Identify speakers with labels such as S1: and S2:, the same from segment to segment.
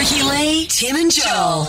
S1: Jay, Tim, and Joel.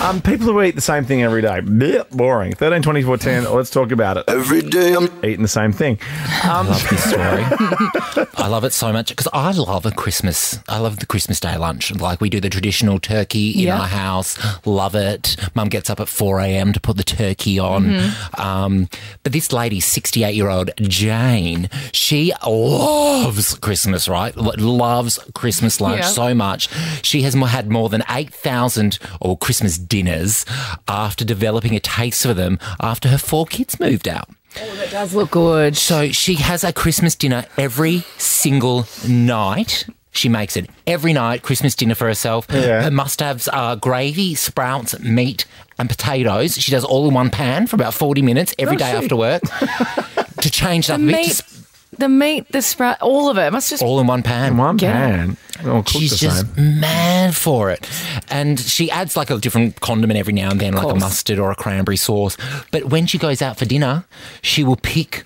S2: Um, people who eat the same thing every day, Blech, boring. 13, 24, 10, let's talk about it.
S3: Every day I'm
S2: Eating the same thing.
S4: I love this story. I love it so much because I love a Christmas. I love the Christmas Day lunch. Like we do the traditional turkey in
S5: Yeah.
S4: our house. Love it. Mum gets up at 4 a.m. to put the turkey on.
S5: Mm-hmm.
S4: Um, but this lady, 68 year old Jane, she loves Christmas, right? Lo- Loves Christmas lunch
S5: Yeah.
S4: so much. She has mo- had more than 8,000 or Christmas dinners after developing a taste for them after her four kids moved out.
S5: It does look good.
S4: So she has a Christmas dinner every single night. She makes it every night, Christmas dinner for herself.
S2: Yeah.
S4: Her must haves are gravy, sprouts, meat, and potatoes. She does all in one pan for about 40 minutes every day after work to change that
S5: the
S4: meat, to
S5: meat,
S4: sp-
S5: the meat, the sprout, all of it. It must just
S4: all in one pan.
S2: One
S5: Yeah.
S2: pan. Well, cooked the
S4: She's
S2: same.
S4: just mad for it. And she adds like a different condiment every now and then, like a
S5: course.
S4: mustard or a cranberry sauce. But when she goes out for dinner, she will pick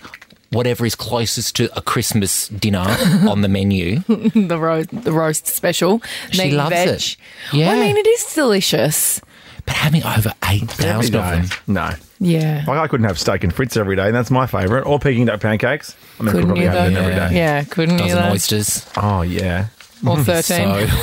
S4: whatever is closest to a Christmas dinner on the menu.
S5: the roast, the roast special.
S4: She
S5: meat and
S4: loves
S5: veg.
S4: it. Yeah.
S5: I mean, it is delicious.
S4: But having over
S2: Every
S4: 8,000 of
S2: day.
S4: them.
S2: No.
S5: Yeah.
S2: Like, I couldn't have steak and frits every day, and that's my favourite. Or Peking duck pancakes. I mean, I could
S5: Couldn't
S2: probably
S5: you,
S2: have them
S5: though?
S2: every day.
S5: Yeah, couldn't you?
S4: Dozen
S5: though?
S4: oysters.
S2: Oh, yeah.
S5: Or 13.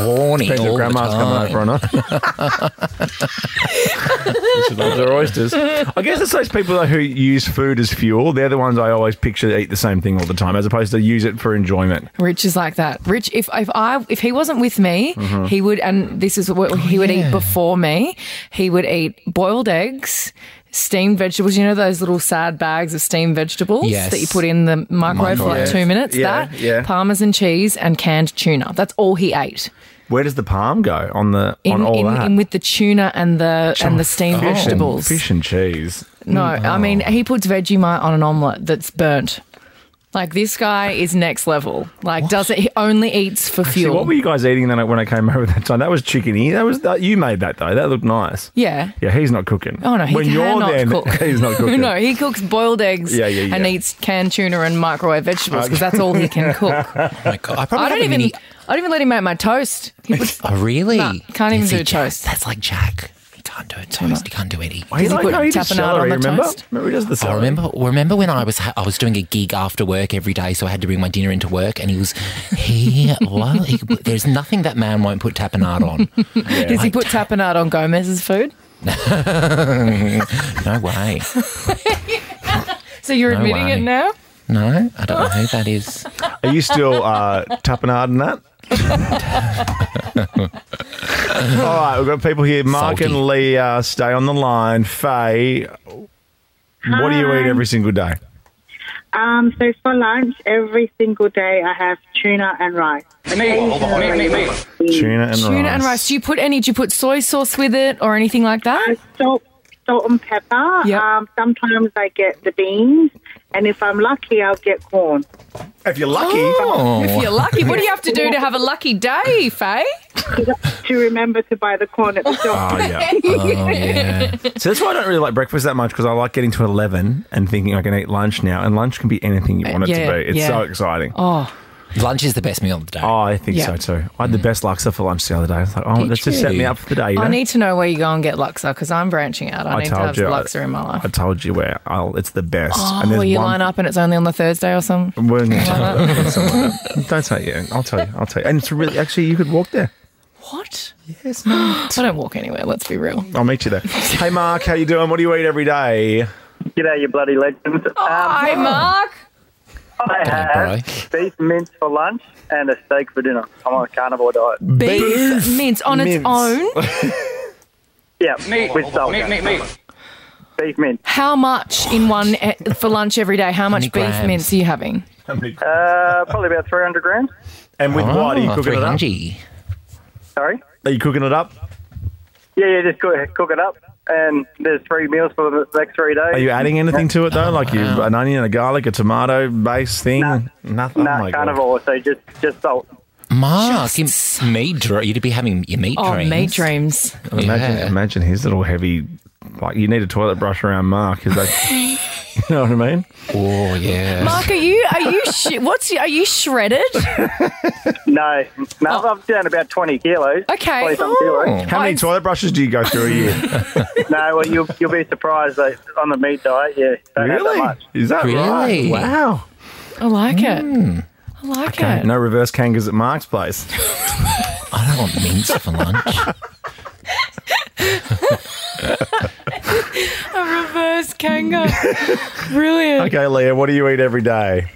S4: So horny.
S2: Depends
S4: all
S2: if
S4: the
S2: grandma's coming
S4: time.
S2: over or not. she loves her oysters. I guess it's those people though, who use food as fuel. They're the ones I always picture that eat the same thing all the time, as opposed to use it for enjoyment.
S5: Rich is like that. Rich, if if I if he wasn't with me,
S2: Mm-hmm.
S5: he would, and this is what he
S2: Oh,
S5: would eat before me. He would eat boiled eggs, steamed vegetables. You know those little sad bags of steamed vegetables
S4: Yes.
S5: that you put in the microwave for like
S2: Microwave.
S5: two minutes.
S2: Yeah,
S5: that
S2: yeah.
S5: parmesan cheese and canned tuna. That's all he ate.
S2: Where does the palm go on the on
S5: In,
S2: all
S5: in,
S2: that?
S5: in with the tuna and the and the steamed
S2: Oh. Fish and-
S5: vegetables.
S2: fish and Oh. cheese.
S5: No, I mean he puts Vegemite on an omelette that's burnt. Like this guy is next level. Like does it? He only eats for
S2: See,
S5: fuel.
S2: what were you guys eating then? When I came over that time, that was chicken ear. That was that you made that though. That looked nice.
S5: yeah.
S2: Yeah, he's not cooking.
S5: Oh no, he
S2: when
S5: cannot
S2: you're there,
S5: cook.
S2: he's not cooking.
S5: no, he cooks boiled eggs
S2: Yeah, yeah, Uh,
S5: and
S2: yeah.
S5: eats canned tuna and microwave vegetables because that's all he can cook.
S4: Oh my God. I probably
S5: I
S4: have
S5: don't
S4: a
S5: even
S4: mini-
S5: I don't even let him make my toast. He puts
S4: Oh, really?
S5: Nah, can't even
S4: See,
S5: do
S4: Jack-
S5: toast.
S4: That's like Jack. He can't do a toast. He can't do any.
S2: Why do you
S5: Does he
S2: like
S5: put
S2: how he does
S5: tapenade on
S2: celery?
S5: the
S2: Remember?
S5: toast?
S2: Remember he does the
S4: I
S2: celery.
S4: remember. Remember when I was ha- I was doing a gig after work every day, so I had to bring my dinner into work, and he was he. well, he could put- there's nothing that man won't put tapenade on.
S5: does he
S4: Like
S5: put tapenade on Gomez's food?
S4: No way.
S5: So you're
S4: No
S5: admitting
S4: way.
S5: it now?
S4: No, I don't know who that is.
S2: Are you still uh, tapenade in that? All right, we've got people here. Mark
S4: Salty.
S2: and Leah, stay on the line. Faye, what do you eat every single day?
S6: Um, so for lunch, every single day I have tuna and rice.
S2: Tuna and rice.
S5: Tuna and rice. Do you put any? Do you put soy sauce with it or anything like that?
S6: Salt, salt and pepper.
S5: Yep.
S6: Um, sometimes I get the beans, and if I'm lucky, I'll get corn.
S2: If you're lucky.
S5: If you're lucky, what do you have to do to have a lucky day, Faye?
S6: To remember to buy the corn at the shop.
S2: Oh, yeah.
S4: Oh yeah.
S2: So that's why I don't really like breakfast that much because I like getting to 11 and thinking I can eat lunch now. And lunch can be anything you want it
S5: Uh, yeah,
S2: to be. It's
S5: yeah.
S2: so exciting. Oh,
S5: Oh,
S4: Lunch is the best meal of the day.
S2: I think
S5: Yeah. Mm.
S2: so too. I had the best laksa for lunch the other day. I was like, oh,
S4: Did
S2: that's just set
S4: you?
S2: me up for the day. You know?
S5: I need to know where you go and get Luxor because I'm branching out. I, need to have Luxor in my life.
S2: I told you where I'll, it's the best.
S5: Oh, will you line up and it's only on the Thursday or something?
S2: Well, no, something like that. Don't say yeah. I'll tell you. I'll tell you. And it's really actually you could walk there.
S5: What?
S2: Yes.
S5: I don't walk anywhere, let's be real.
S2: I'll meet you there. Hey, Mark, how you doing? What do you eat every day?
S7: G'day, you bloody legends.
S2: Oh.
S7: Um,
S5: Hi, Mark.
S7: I
S4: G'day,
S7: have beef mince for lunch and a steak for dinner. I'm on a carnivore diet.
S5: Beef, mince on its
S2: mince.
S5: own.
S7: Yeah, with salt. Beef mince.
S5: How much in one eh, for lunch every day? How much
S4: many
S5: beef
S4: grams?
S5: mince are you having?
S7: Uh, probably about 300 grams.
S2: And with what are you
S4: Oh,
S2: cooking it up?
S4: 300.
S7: Sorry.
S2: Are you cooking it up?
S7: Yeah, yeah, just cook, cook it up. And there's three meals for the next three days.
S2: Are you adding anything to it though? like you an onion, a garlic, a tomato base thing?
S7: Nah.
S2: Nothing.
S7: Nah,
S2: oh my God.
S7: carnivore, so just, just salt.
S4: Mark, you- meat. dr- You'd be having your meat
S5: Oh,
S4: dreams.
S5: meat dreams.
S2: Imagine,
S4: Yeah.
S2: imagine his little heavy. Like you need a toilet brush around Mark. He's like, You know what I mean?
S4: Oh, yeah.
S5: Mark, are you are you sh- what's your- are you shredded?
S7: No, no,
S2: Oh.
S7: I'm down about 20 kilos.
S5: Okay. Oh,
S7: 20 something kilos.
S2: How many
S5: I've-
S2: toilet brushes do you go through a year?
S7: No, well, you'll, you'll be surprised that on the meat diet, yeah. don't have that
S2: really?
S7: much.
S2: Is that
S4: Really?
S2: right? Wow.
S5: I like it.
S4: Hmm.
S5: I like it.
S2: No reverse kangas at Mark's place.
S4: I don't want mince for lunch.
S5: Reverse kangaroo. Brilliant.
S2: Okay, Leah, what do you eat every day?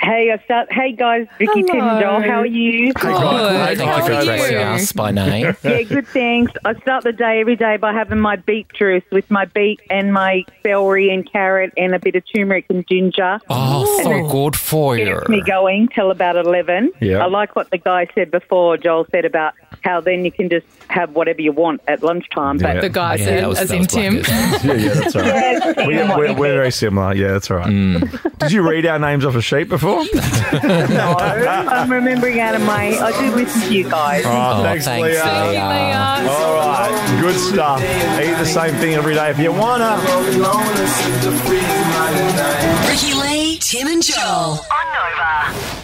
S1: Hey, I start. Hey guys, Vicky
S5: Hello.
S1: Tindall, how are you?
S4: I
S5: Good.
S4: think you
S5: How
S4: for
S5: are
S4: addressing
S5: Oh, you?
S4: us by name.
S1: Yeah, good. Thanks. I start the day every day by having my beet juice with my beet and my celery and carrot and a bit of turmeric and ginger.
S4: Oh, so good for you.
S1: Gets me going till about eleven.
S2: Yeah.
S1: I like what the guy said before. Joel said about how then you can just have whatever you want at lunchtime. But
S5: The guy
S4: Yeah,
S5: said,
S4: that was-
S5: as
S4: that
S5: in
S4: was black,
S5: Tim.
S4: isn't it?
S2: Yeah, yeah, that's all right. We- We're, we're very similar. Yeah, that's all right. Did you read our names off a sheet before?
S1: no, I'm remembering out of my. I do listen to you guys.
S2: Oh, thanks,
S4: thanks,
S2: Leah.
S5: Thank you, Leah.
S2: All right, good stuff. Eat the same thing every day if you wanna.
S3: Ricky Lee, Tim and Joel.
S8: on Nova.